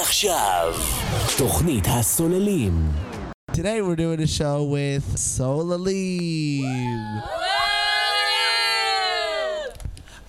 ועכשיו, תוכנית הסוללים. Today we're doing a show with Solar Leave.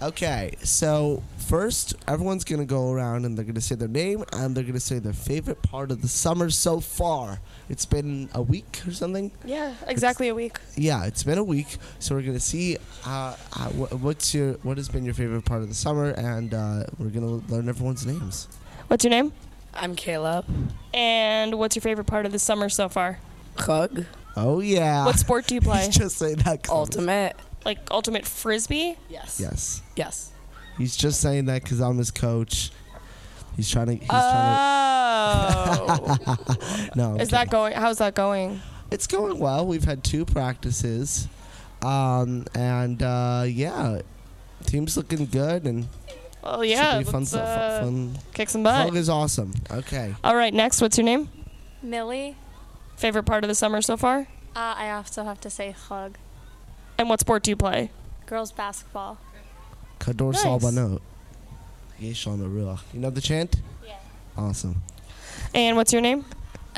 Okay, so first everyone's gonna go around and they're gonna say their name and they're gonna say their favorite part of the summer so far. It's been a week or something. Yeah, exactly a week. Yeah, it's been a week, so we're gonna see uh, uh, wh- what's your what has been your favorite part of the summer, and uh, we're gonna learn everyone's names. What's your name? I'm Caleb. And what's your favorite part of the summer so far? Hug. Oh yeah. What sport do you play? He's just saying that. 'cause- Ultimate. like ultimate frisbee? Yes. Yes, Yes. he's just saying that because I'm his coach. He's trying to. He's trying Oh. to. No. I'm Is that going? How's that going? It's going well. We've had two practices, um, and uh, yeah, team's looking good and Well, yeah. should be fun. let's, stuff. uh, fun. Kick some Vlog butt. is awesome. Okay. All right, next. What's your name? Millie, Favorite part of the summer so far? uh, I also have to say hug. And what sport do you play? Girls basketball. Kador Nice. Salbano. Yeshua Narua. You know the chant? Yeah. Awesome. And what's your name?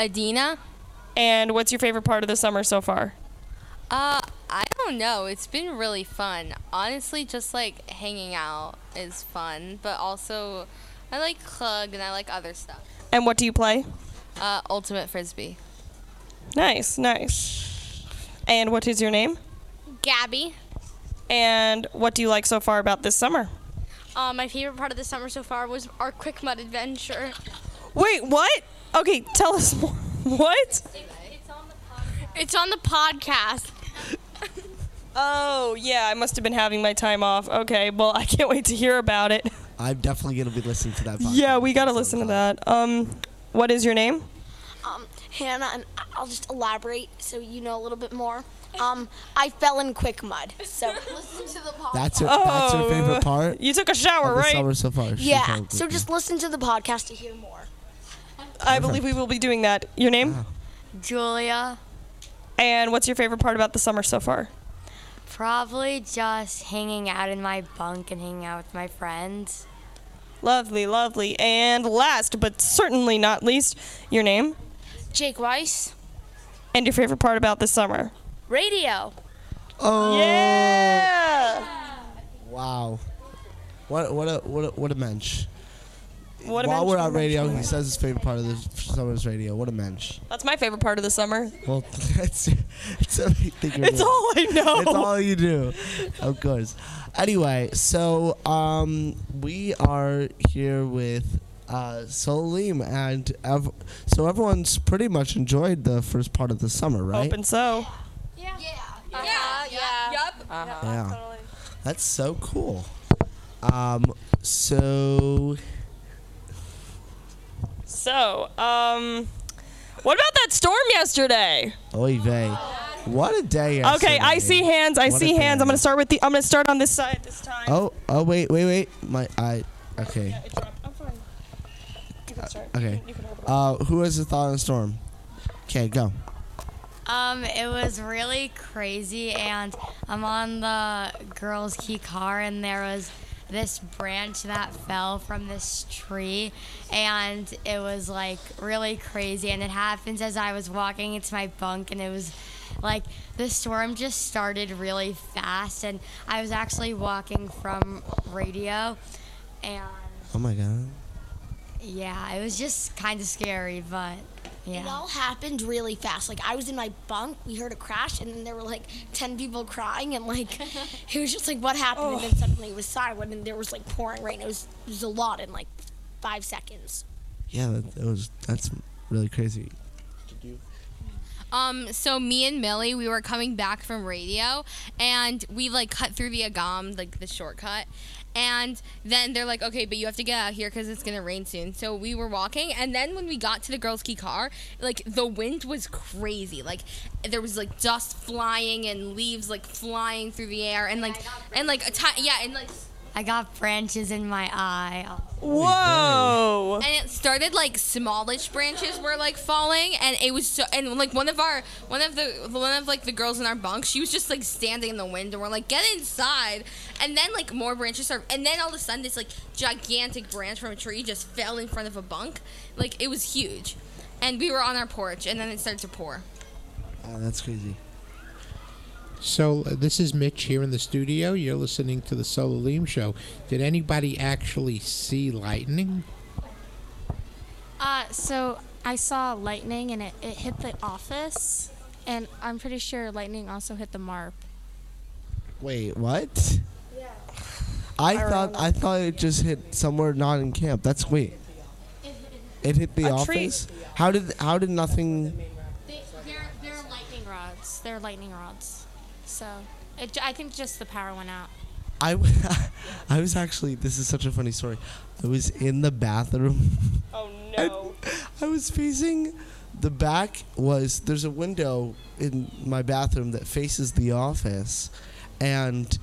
Adina? And what's your favorite part of the summer so far? Uh, I don't know. It's been really fun. Honestly, just like hanging out is fun, but also I like Clug and I like other stuff. And what do you play? Uh, Ultimate Frisbee. Nice, nice. And what is your name? Gabby. And what do you like so far about this summer? Uh, my favorite part of the summer so far was our quick mud adventure. Wait, what? Okay, tell us more. What? It's on the podcast. Oh, yeah, I must have been having my time off. Okay, well, I can't wait to hear about it. I'm definitely going to be listening to that podcast. Yeah, we got to listen to that. Um, what is your name? um, Hannah, and I- I'll just elaborate so you know a little bit more. Um, I fell in quick mud, so That's your, that's your favorite Oh, part? You took a shower, of the right? summer so far. She yeah. told So me. just listen to the podcast to hear more. I believe we will be doing that. Your Ah. name? Julia, And what's your favorite part about the summer so far? probably just hanging out in my bunk and hanging out with my friends. Lovely, lovely. And last, but certainly not least, your name Jake Weiss. and your favorite part about the summer. Radio. Oh, Yeah! wow. What, what, a, what, a, what a mensch. What a While mensch, what we're a at mensch, radio, what a he mensch. says his favorite part of the summer's radio. What a mensch. That's my favorite part of the summer. Well, that's, that's everything you're It's doing. all I know. It's all you do, of course. Anyway, so um, we are here with uh, Salim, and ev- so everyone's pretty much enjoyed the first part of the summer, right? Hoping so. Uh-huh. Yeah, yeah. yeah, that's so cool. Um, so So, um, what about that storm yesterday? oy vey, what a day! Okay, I see yesterday. hands. I What see a hands. I'm day. gonna start with the. I'm gonna start on this side this time. Oh, oh, wait, wait, wait. My, I, okay, It dropped. I'm fine. You can start. okay. You can hold it. Uh, who has a thought on a storm? Okay, go. Um, it was really crazy, and I'm on the girls' key car, and there was this branch that fell from this tree, and it was like really crazy. And it happens as I was walking into my bunk, and it was like the storm just started really fast, and I was actually walking from radio, and Oh my god. yeah, it was just kind of scary, but It yeah. all happened really fast. Like I was in my bunk, we heard a crash, and then there were like ten people crying, and like it was just like what happened, and then suddenly it was silent, and there was like pouring rain. It was it was a lot in like five seconds. Yeah, that, that was that's really crazy. Um, so me and Millie, we were coming back from radio, and we like cut through the Agam, like the shortcut, and then they're like, "Okay, but you have to get out of here because it's gonna rain soon." So we were walking, and then when we got to the girls' key car, like the wind was crazy. Like there was like dust flying and leaves like flying through the air, and like and like a ti yeah, and like I got branches in my eye. Whoa. and it started like smallish branches were like falling and it was so and like one of our one of the one of like the girls in our bunk she was just like standing in the window we're like get inside and then like more branches started and then all of a sudden this like gigantic branch from a tree just fell in front of a bunk like it was huge and we were on our porch and then it started to pour Oh, that's crazy. So uh, this is Mitch here in the studio. You're listening to the Solar Leam Show. Did anybody actually see lightning? Uh, so I saw lightning and it, it hit the office, and I'm pretty sure lightning also hit the MARP. Wait, what? Yeah. I thought I thought it just hit somewhere not in camp. That's wait. It hit the A tree. office. How did how did nothing? They, they're, they're lightning rods. They're lightning rods. So it, ju- I think just the power went out. I, w- I was actually this is such a funny story. I was in the bathroom. Oh and no. I was facing the back was there's a window in my bathroom that faces the office and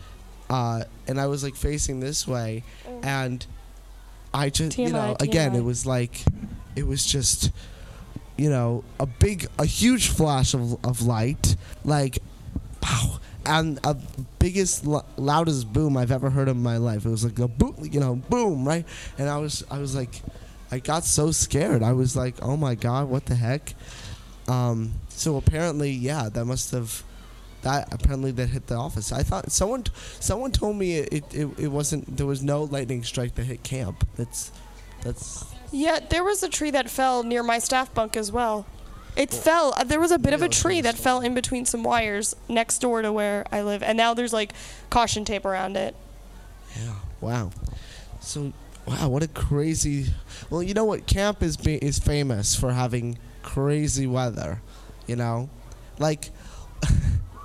uh, and I was like facing this way Oh. and I just you know TMI. again it was like it was just you know a big a huge flash of, of light like pow and a biggest lo- loudest boom I've ever heard in my life it was like a boom you know boom right and I was I was like I got so scared I was like oh my god what the heck um so apparently yeah that must have that apparently that hit the office I thought someone someone told me it it, it, it wasn't there was no lightning strike that hit camp that's that's Yeah, there was a tree that fell near my staff bunk as well. It fell. uh, There was a bit of a Yeah, it's tree in the that fell in between some wires next door to where I live, and now there's like caution tape around it. Yeah. Wow. So, wow, what a crazy. Well, you know what? Camp is be, is famous for having crazy weather. You know, like.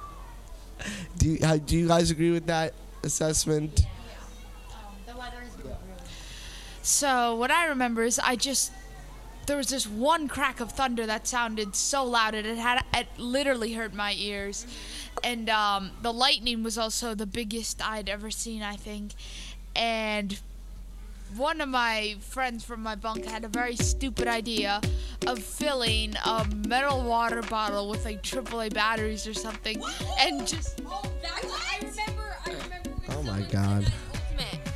do you, how, do you guys agree with that assessment? So what I remember is I just there was this one crack of thunder that sounded so loud and it had it literally hurt my ears, Mm-hmm. and um, the lightning was also the biggest I'd ever seen I think, and one of my friends from my bunk had a very stupid idea of filling a metal water bottle with like AAA batteries or something, and just oh that's i remember i remember Oh my God.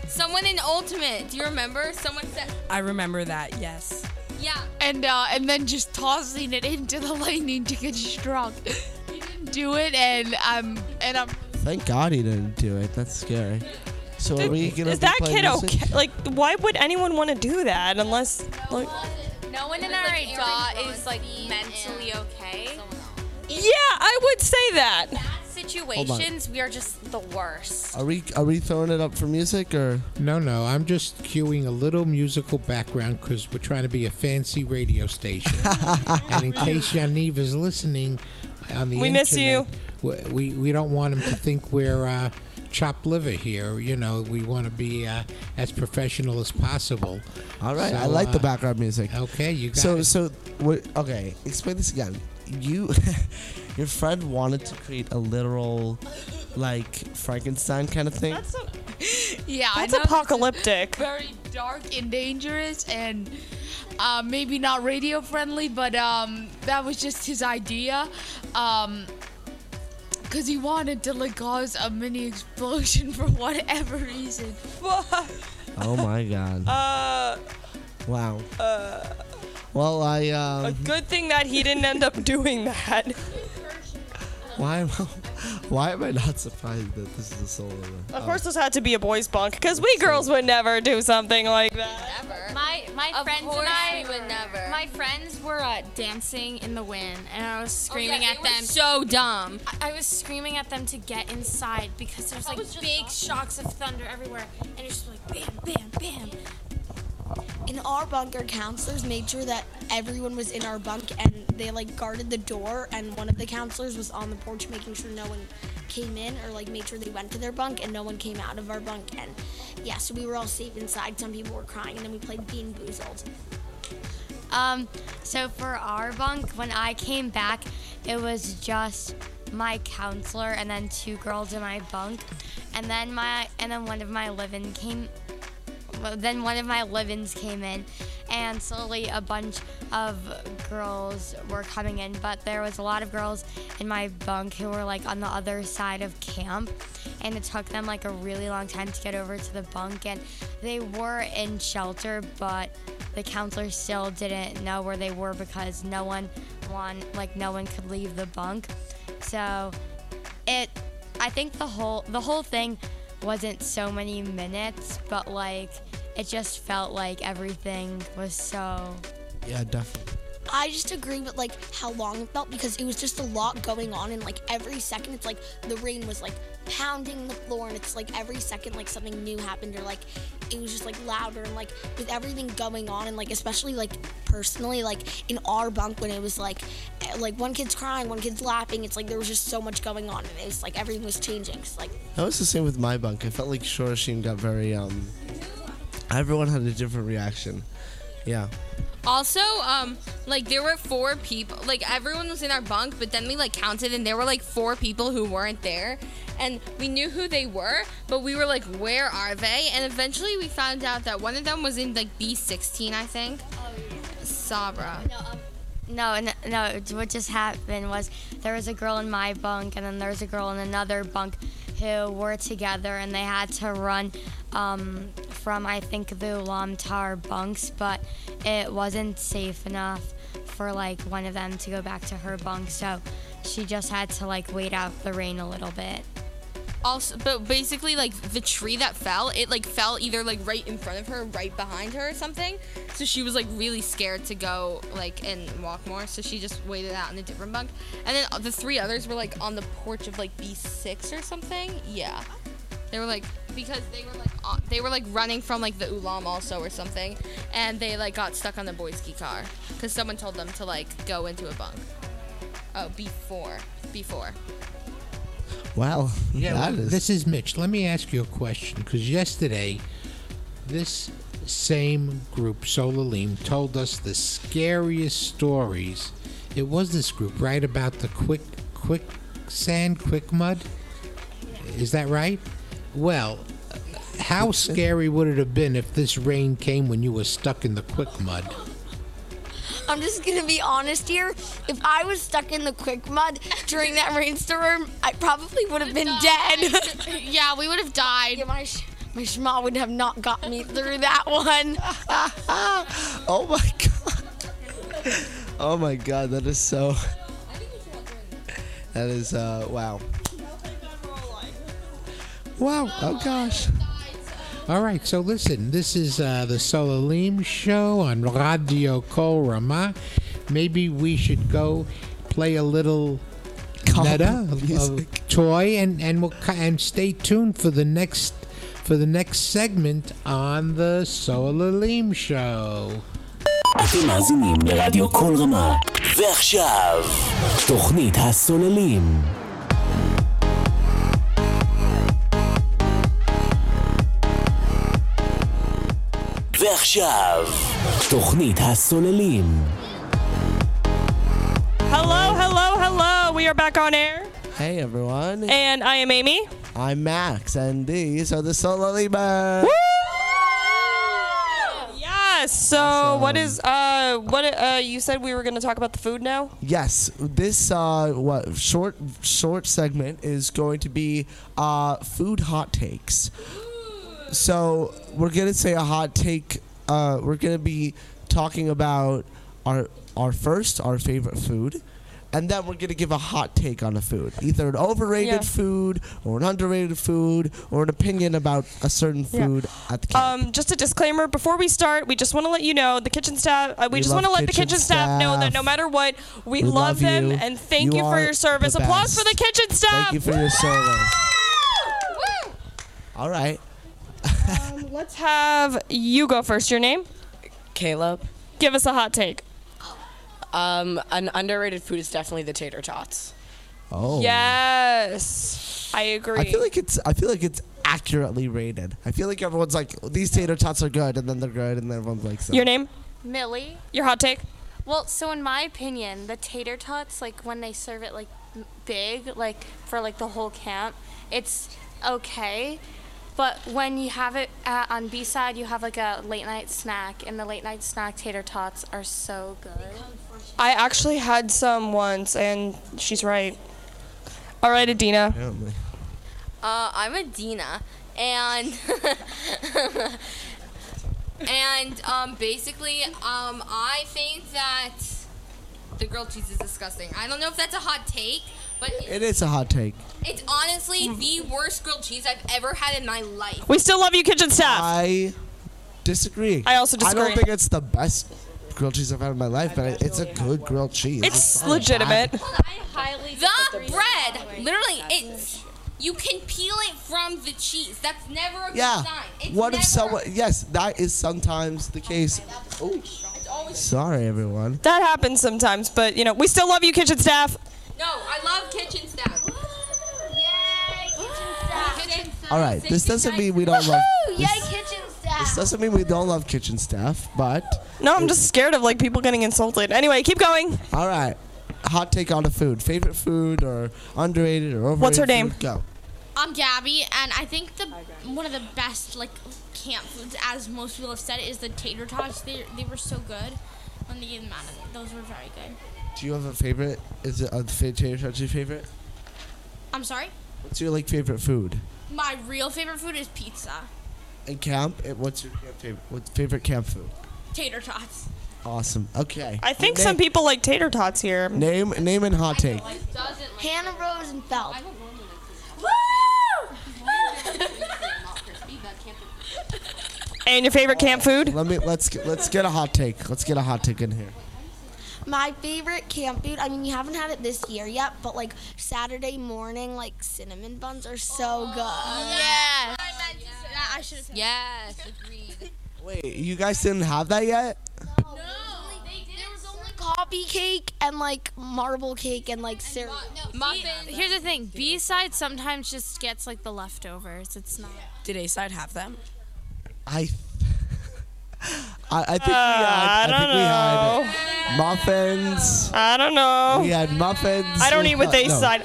someone in ultimate do you remember someone said I remember that, yes. yeah and uh, and then just tossing it into the lightning to get drunk. He didn't do it, and I'm and I'm Thank God he didn't do it. That's scary. So are we gonna Is be that playing kid music? okay? Like, why would anyone want to do that unless, like, no one in Like, Daw is like mentally okay. yeah, I would say that. Bad situations, we are just the worst. Are we are we throwing it up for music or? No, no. I'm just cueing a little musical background because we're trying to be a fancy radio station. and in case Yaniv is listening on the We miss you. internet, We, we, we don't want him to think we're uh, chopped liver here. You know, we want to be uh, as professional as possible. All right, So, I like the uh, background music. Okay, you got So it. so what, okay, explain this again. You your friend wanted to create a literal like Frankenstein kind of thing. That's, a, yeah. I that's know this is apocalyptic. Very dark and dangerous, and uh, maybe not radio friendly, but um, that was just his idea. Um, Cause he wanted to like cause a mini explosion for whatever reason. Oh my god. Uh, wow. well, I a um good thing that he didn't end up doing that. why am why am I not surprised that this is a solo one? Of course, this had to be a boys' bunk because we girls would never do something like that. My my Of friends course and I we would never. my friends were uh, dancing in the wind, and I was Oh, screaming yeah, at they them. were so dumb I was screaming at them to get inside because there's like big shocks of thunder everywhere, and it's just like bam, bam, bam. In our bunk, our counselors made sure that everyone was in our bunk, and they like guarded the door. And one of the counselors was on the porch making sure no one came in, or like made sure they went to their bunk and no one came out of our bunk. And yeah, so we were all safe inside. Some people were crying, and then we played Bean Boozled. Um, so for our bunk, when I came back, it was just my counselor and then two girls in my bunk. and then my and then one of my living came. Well, then one of my livings came in, and slowly a bunch of girls were coming in. But there was a lot of girls in my bunk who were like on the other side of camp, and it took them like a really long time to get over to the bunk. And they were in shelter, but the counselor still didn't know where they were because no one want like no one could leave the bunk. So it I think the whole the whole thing wasn't so many minutes, but like it just felt like everything was so Oh, Yeah, definitely. I just agree with like how long it felt because it was just a lot going on and like every second it's like the rain was like pounding the floor and it's like every second like something new happened or like it was just like louder and like with everything going on and like especially like personally like in our bunk when it was like eh, like one kid's crying one kid's laughing it's like there was just so much going on and it was like everything was changing it's like That was the same with my bunk. I felt like Shorashin got very um. Everyone had a different reaction. Yeah. Also, um, like there were four people. Like everyone was in our bunk, but then we like counted, and there were like four people who weren't there, and we knew who they were, but we were like, where are they? And eventually, we found out that one of them was in like B16, I think. Sabra. No, n- no. it's What just happened was there was a girl in my bunk, and then there was a girl in another bunk who were together, and they had to run um, from I think the Lamtar bunks, but it wasn't safe enough for like one of them to go back to her bunk, so she just had to like wait out the rain a little bit. Also, but basically, like the tree that fell, it like fell either like right in front of her, right behind her, or something. So she was like really scared to go like and walk more. So she just waited out in a different bunk. And then the three others were like on the porch of like B6 or something. Yeah, they were like because they were like on, they were like running from like the ulam also or something, and they like got stuck on the boys' ski car because someone told them to like go into a bunk. Oh, B4, B4. Wow. Yeah, that well, is- this is Mitch. Let me ask you a question because yesterday, this same group, Solalim, told us the scariest stories. It was this group, right? About the quick, quick sand, quick mud. Is that right? Well, how scary would it have been if this rain came when you were stuck in the quick mud? I'm just gonna be honest here. If I was stuck in the quick mud during that rainstorm, I probably would have been dead. yeah, we would have died. Yeah, my sh- my shma would have not got me through that one. oh my god. Oh my god. That is so. That is uh wow. Wow. Oh gosh. All right, so listen, this is uh, the Solalim show on Radio Kol Rama. Maybe we should go play a little netta, a, toy, and and we'll ki- and stay tuned for the next for the next segment on the Solalim show. אתם מאזינים לרדיו כל רמה. ועכשיו, תוכנית הסוללים. ועכשיו, תוכנית הסוללים. Hello, hello, hello. We are back on air. Hey everyone. And I am Amy. I'm Max, and these are the Solalimers. Yeah. So what is uh what uh you said we were gonna talk about the food now? Yes, this uh, what short short segment is going to be uh, food hot takes. So we're gonna say a hot take. Uh, we're gonna be talking about our our first our favorite food, and then we're gonna give a hot take on a food, either an overrated Yeah. food or an underrated food or an opinion about a certain Yeah. food at the Um, just a disclaimer before we start, we just want to let you know the kitchen staff. Uh, we, We just want to love let the kitchen kitchen staff, know that staff. no matter what, we, We love love, them you. and thank You you, for are your service. the Applause for the kitchen staff. Thank you for your service. All right. Um, let's have you go first. Your name? Caleb. Give us a hot take. Um, an underrated food is definitely the tater tots. Oh. Yes, I agree. I feel like it's I feel like it's accurately rated. I feel like everyone's like these tater tots are good, and then they're good, and then everyone's like. So. Your name? Millie. Your hot take? Well, so in my opinion, the tater tots, like when they serve it like m- big, like for like the whole camp, it's okay. But when you have it uh, on B side, you have like a late night snack, and the late night snack tater tots are so good. I actually had some once, and she's right. All right, Adina. Uh, I'm Adina, and and um, basically, um, I think that the grilled cheese is disgusting. I don't know if that's a hot take, but it, It is a hot take. it's honestly the worst grilled cheese I've ever had in my life. We still love you, kitchen staff. I disagree. I also I disagree. don't think it's the best grilled cheese I've had in my life, but it- it's a good grilled cheese. It's not legitimate. bad. The bread, literally, it's you can peel it from the cheese. That's never a good Yeah. sign. It's What if never- someone? Yes, that is sometimes the case. Oh, sorry, everyone. That happens sometimes, but you know, we still love you, kitchen staff. No, I love kitchen staff. Kitchen staff. All right, this doesn't mean we don't love. Woohoo! Yay, this- kitchen staff! This doesn't mean we don't love kitchen staff, but No, I'm just scared of like people getting insulted. Anyway, keep going. all right. Hot take on the food. Favorite food or underrated or overrated? What's her name? food? Go. I'm Gabby, and I think the one of the best like camp foods, as most people have said, is the tater tots. They, they were so good when they gave them out. Of Those were very good. Do you have a favorite? Is it a fa- tater tot your favorite? I'm sorry. What's your like favorite food? My real favorite food is pizza, In camp, eh, what's your camp favorite? What's favorite camp food? tater tots. Awesome. Okay. I think Na- some people like tater tots here. Name name and hot take. Hannah Rosenfeld. And your favorite camp food? Let me let's get, let's get a hot take. Let's get a hot take in here. My favorite camp food. I mean, you haven't had it this year yet, but like Saturday morning, like cinnamon buns are so good. Oh, Yes. I meant to say that. I should have. Yes. Agreed. Wait, you guys didn't have that yet? Coffee cake and like marble cake and like cereal. Here's the thing: B side sometimes just gets like the leftovers. It's not. Did A side have them? I th- I, I think we Uh, had. I, I don't think we had muffins. I don't know. We had muffins. I don't eat with No, A side.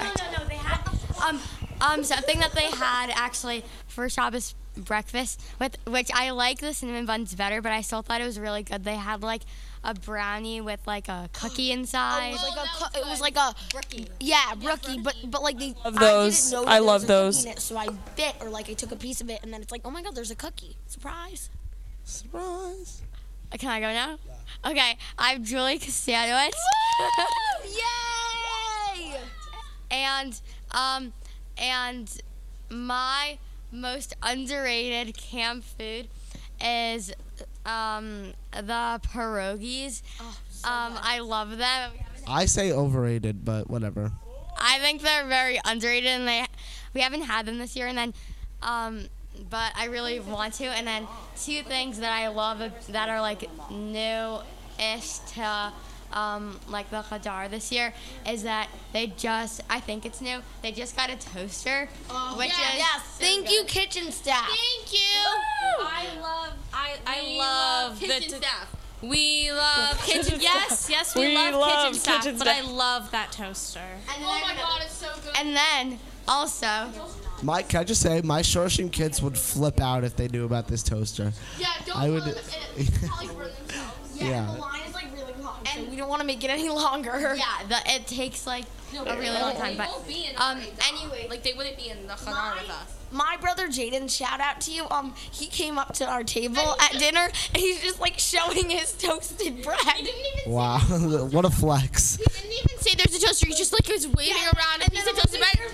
Um, um, something that they had actually for Shabbos breakfast, with which I like the cinnamon buns better, but I still thought it was really good. They had like a brownie with like a cookie inside. It was Oh, like a, cu- it was like a yeah brookie, but but like they Love those. I, didn't know I there was love a cookie those. in it, so I bit or like I took a piece of it and then it's like oh my god, there's a cookie surprise. Surprise. Uh, Can I go now? Okay, I'm Julie Costanowitz. Yay! And um, and my most underrated camp food is um the pierogies. Oh, um, I love them. I say overrated, but whatever. I think they're very underrated, and they we haven't had them this year. And then, um, but I really want to. And then two things that I love that are like new-ish to um, like the Qadar this year is that they just I think it's new. They just got a toaster, which yes, is yes. Thank you, kitchen staff. Thank you. I love I I we love love the kitchen t- staff. We love kitchen. yes, yes, we, We love, love kitchen, staff, kitchen But I staff. love that toaster. And oh my god, it's so good. And then also. Mike, can I just say my Shorshim kids would flip out if they knew about this toaster. Yeah, don't I would. let yeah. line is like really long, and we don't want to make it any longer. Yeah, the, it takes like a really long time. But um, anyway, like they wouldn't be in the Hanar with us. My brother Jaden, shout out to you. Um, he came up to our table at dinner and he's just like showing his toasted bread. Wow. what a flex. didn't even say there's a toaster. He just like was waving around a piece of toasted bread.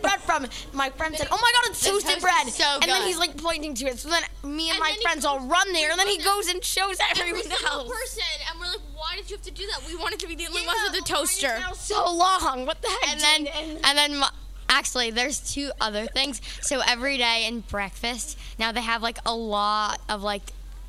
bread from my friend said, "Oh my God, it's The toasted toast bread!" is so and then good. he's like pointing to it. So then me and, And my then he friends all run there, and then he goes and shows Every everyone single else. person, and we're like, why did you have to do that? We wanted to be the only ones with the toaster. So long. What the heck? and then and then mo- actually there's two other things so every day in breakfast now they have like a lot of like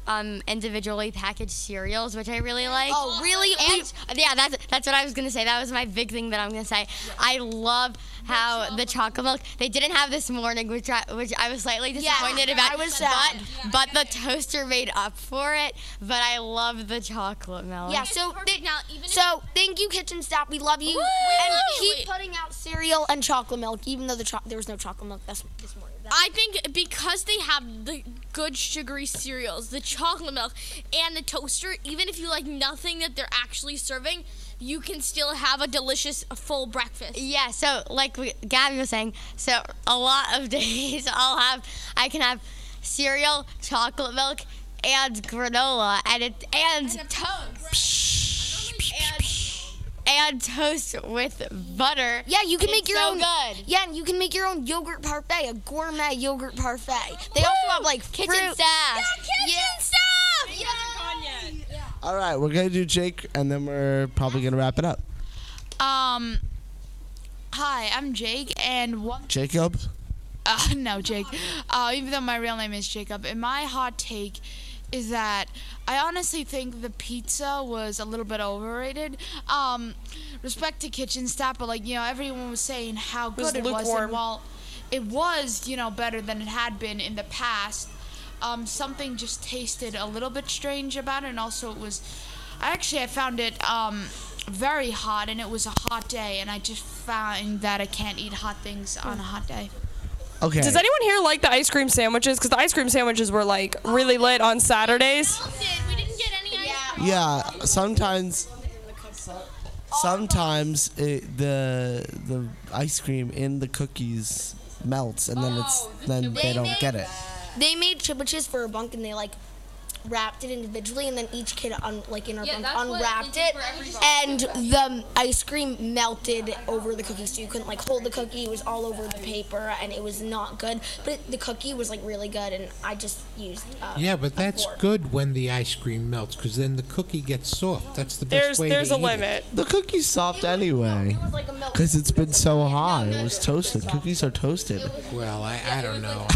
um, individually packaged cereals, which I really like. Oh, really? And yeah, that's that's what I was gonna say. That was my big thing that I'm gonna say. I love how the chocolate milk they didn't have this morning, which I, which I was slightly Yeah, disappointed about. I was but sad. but the toaster made up for it. But I love the chocolate milk. Yeah, so th- so thank you, kitchen staff. We love you. Woo! and Wait, keep putting out cereal and chocolate milk, even though the cho- there was no chocolate milk this, this morning. I think because they have the good sugary cereals, the chocolate milk, and the toaster, even if you like nothing that they're actually serving, you can still have a delicious full breakfast. Yeah, so like we, Gabby was saying, so a lot of days I'll have I can have cereal, chocolate milk, and granola, and it and, toast. And toast with butter. Yeah, you can It's make your so own. good. Yeah, and you can make your own yogurt parfait, a gourmet yogurt parfait. They also have like Kitchen fruit. staff. kitchen staff. All right, we're gonna do Jake, and then we're probably gonna wrap it up. Um, hi, I'm Jake, and one Jacob. Uh, no, Jake. Uh, even though my real name is Jacob, and my hot take is that I honestly think the pizza was a little bit overrated. Um, respect to kitchen staff, but like you know, everyone was saying how was good it was, lukewarm. and while it was you know better than it had been in the past, um, something just tasted a little bit strange about it, and also it was. I actually I found it um, very hot, and it was a hot day, and I just found that I can't eat hot things on a hot day. Okay. Does anyone here like the ice cream sandwiches? Because the ice cream sandwiches were like really lit on Saturdays. Yeah, sometimes. Sometimes it, the the ice cream in the cookies melts, and then it's then they don't get it. They made chippiches for a bunk, and they like wrapped it individually, and then each kid un- like in our Yeah, bunk that's what they unwrapped do it, for everybody. and the ice cream melted over the cookie, so you couldn't like hold the cookie. It was all over the paper, and it was not good. But it, the cookie was like really good, and I just used. Uh, Yeah, but a that's fork. good when the ice cream melts, because then the cookie gets soft. That's the best way to eat it. The cookie's soft anyway, because it's been so hot. It was toasted. Cookies are toasted. Well, I, I don't know.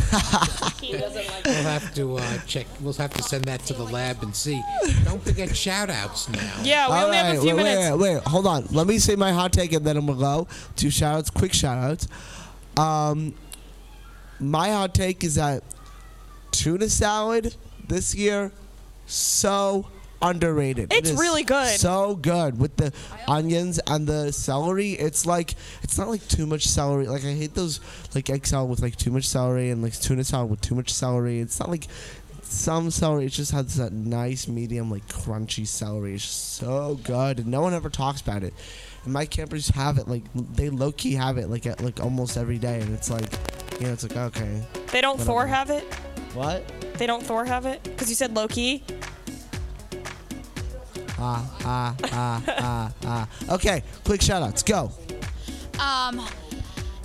we'll have to uh, check. We'll have to send that to the lab and see. Don't forget shout outs now. All right, wait, Wait, wait, wait, hold on. Let me say my hot take and then I'm gonna go. Two shout outs, quick shout outs. Um, my hot take is that tuna salad this year, so underrated. It's is really good. So good with the onions and the celery. It's like it's not like too much celery. Like I hate those like egg salad with like too much celery and like tuna salad with too much celery. It's not like some celery. It just has that nice medium like crunchy celery. It's just so good, and no one ever talks about it. And my campers have it like they low key have it like at like almost every day, and it's like you know it's like okay. They don't whatever. Thor have it. What? They don't Thor have it because you said low key. Ah, ah, ah, ah, ah. Okay, quick shout outs. Go. Um,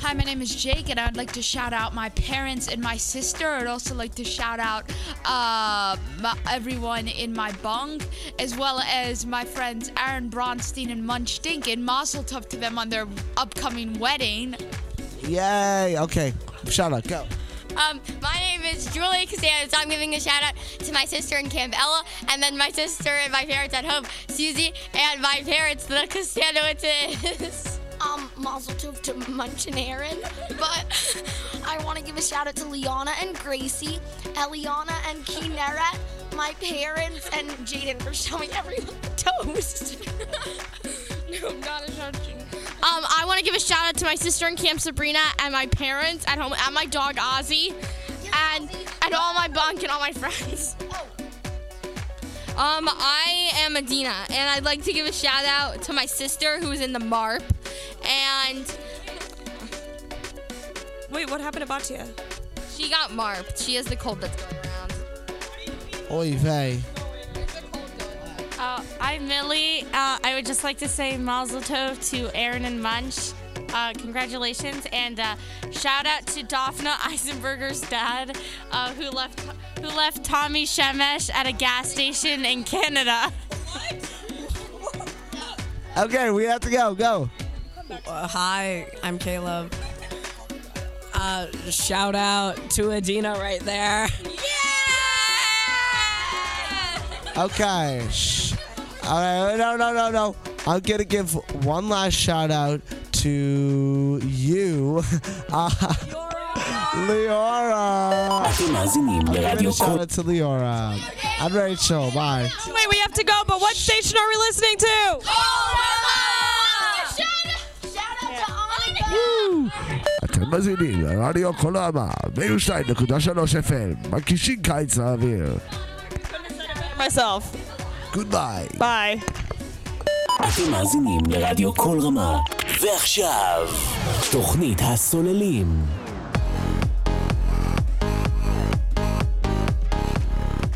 hi, my name is Jake, and I'd like to shout out my parents and my sister. I'd also like to shout out uh, my, everyone in my bunk, as well as my friends Aaron Bronstein and Munch Dink, and Mazel Tov to them on their upcoming wedding. Yay. Okay, shout out. Go. Um, my name is Julie Casanis. I'm giving a shout out to my sister in Camp Ella, and then my sister and my parents at home, Susie, and my parents, the Castanoites. Um, mazel tov to Munch and Aaron, but I want to give a shout out to Liana and Gracie, Eliana and Kinera, my parents, and Jaden for showing everyone the toast. No, I'm not a judging. Um, I want to give a shout out to my sister in Camp Sabrina and my parents at home and my dog Ozzy, and and all my bunk and all my friends. Um, I am Adina, and I'd like to give a shout out to my sister who is in the MARP, and Wait, what happened to Batia? she got MARPed. She has the cold that's going around. Oy vey. Uh, I'm Millie. Uh, I would just like to say Mazel Tov to Aaron and Munch. Uh, congratulations and uh, shout out to Daphna Eisenberger's dad, uh, who left who left Tommy Shemesh at a gas station in Canada. Okay, we have to go. Go. Uh, hi, I'm Caleb. Uh, shout out to Adina right there. Okay. Shh. All right. oh, No, no, no, no. I'm going to give one last shout out to you, uh, Leora. אתם מאזינים I'm gonna לרדיו shout קול- out to Leora. And Rachel. Bye. Wait, we have to go, but what station are we listening to? אתם מאזינים לרדיו קולאמה, 102.3 FM, מקישים קיץ לאוויר. Myself. Goodbye. Bye. אתם מאזינים לרדיו כל רמה, ועכשיו, תוכנית הסוללים.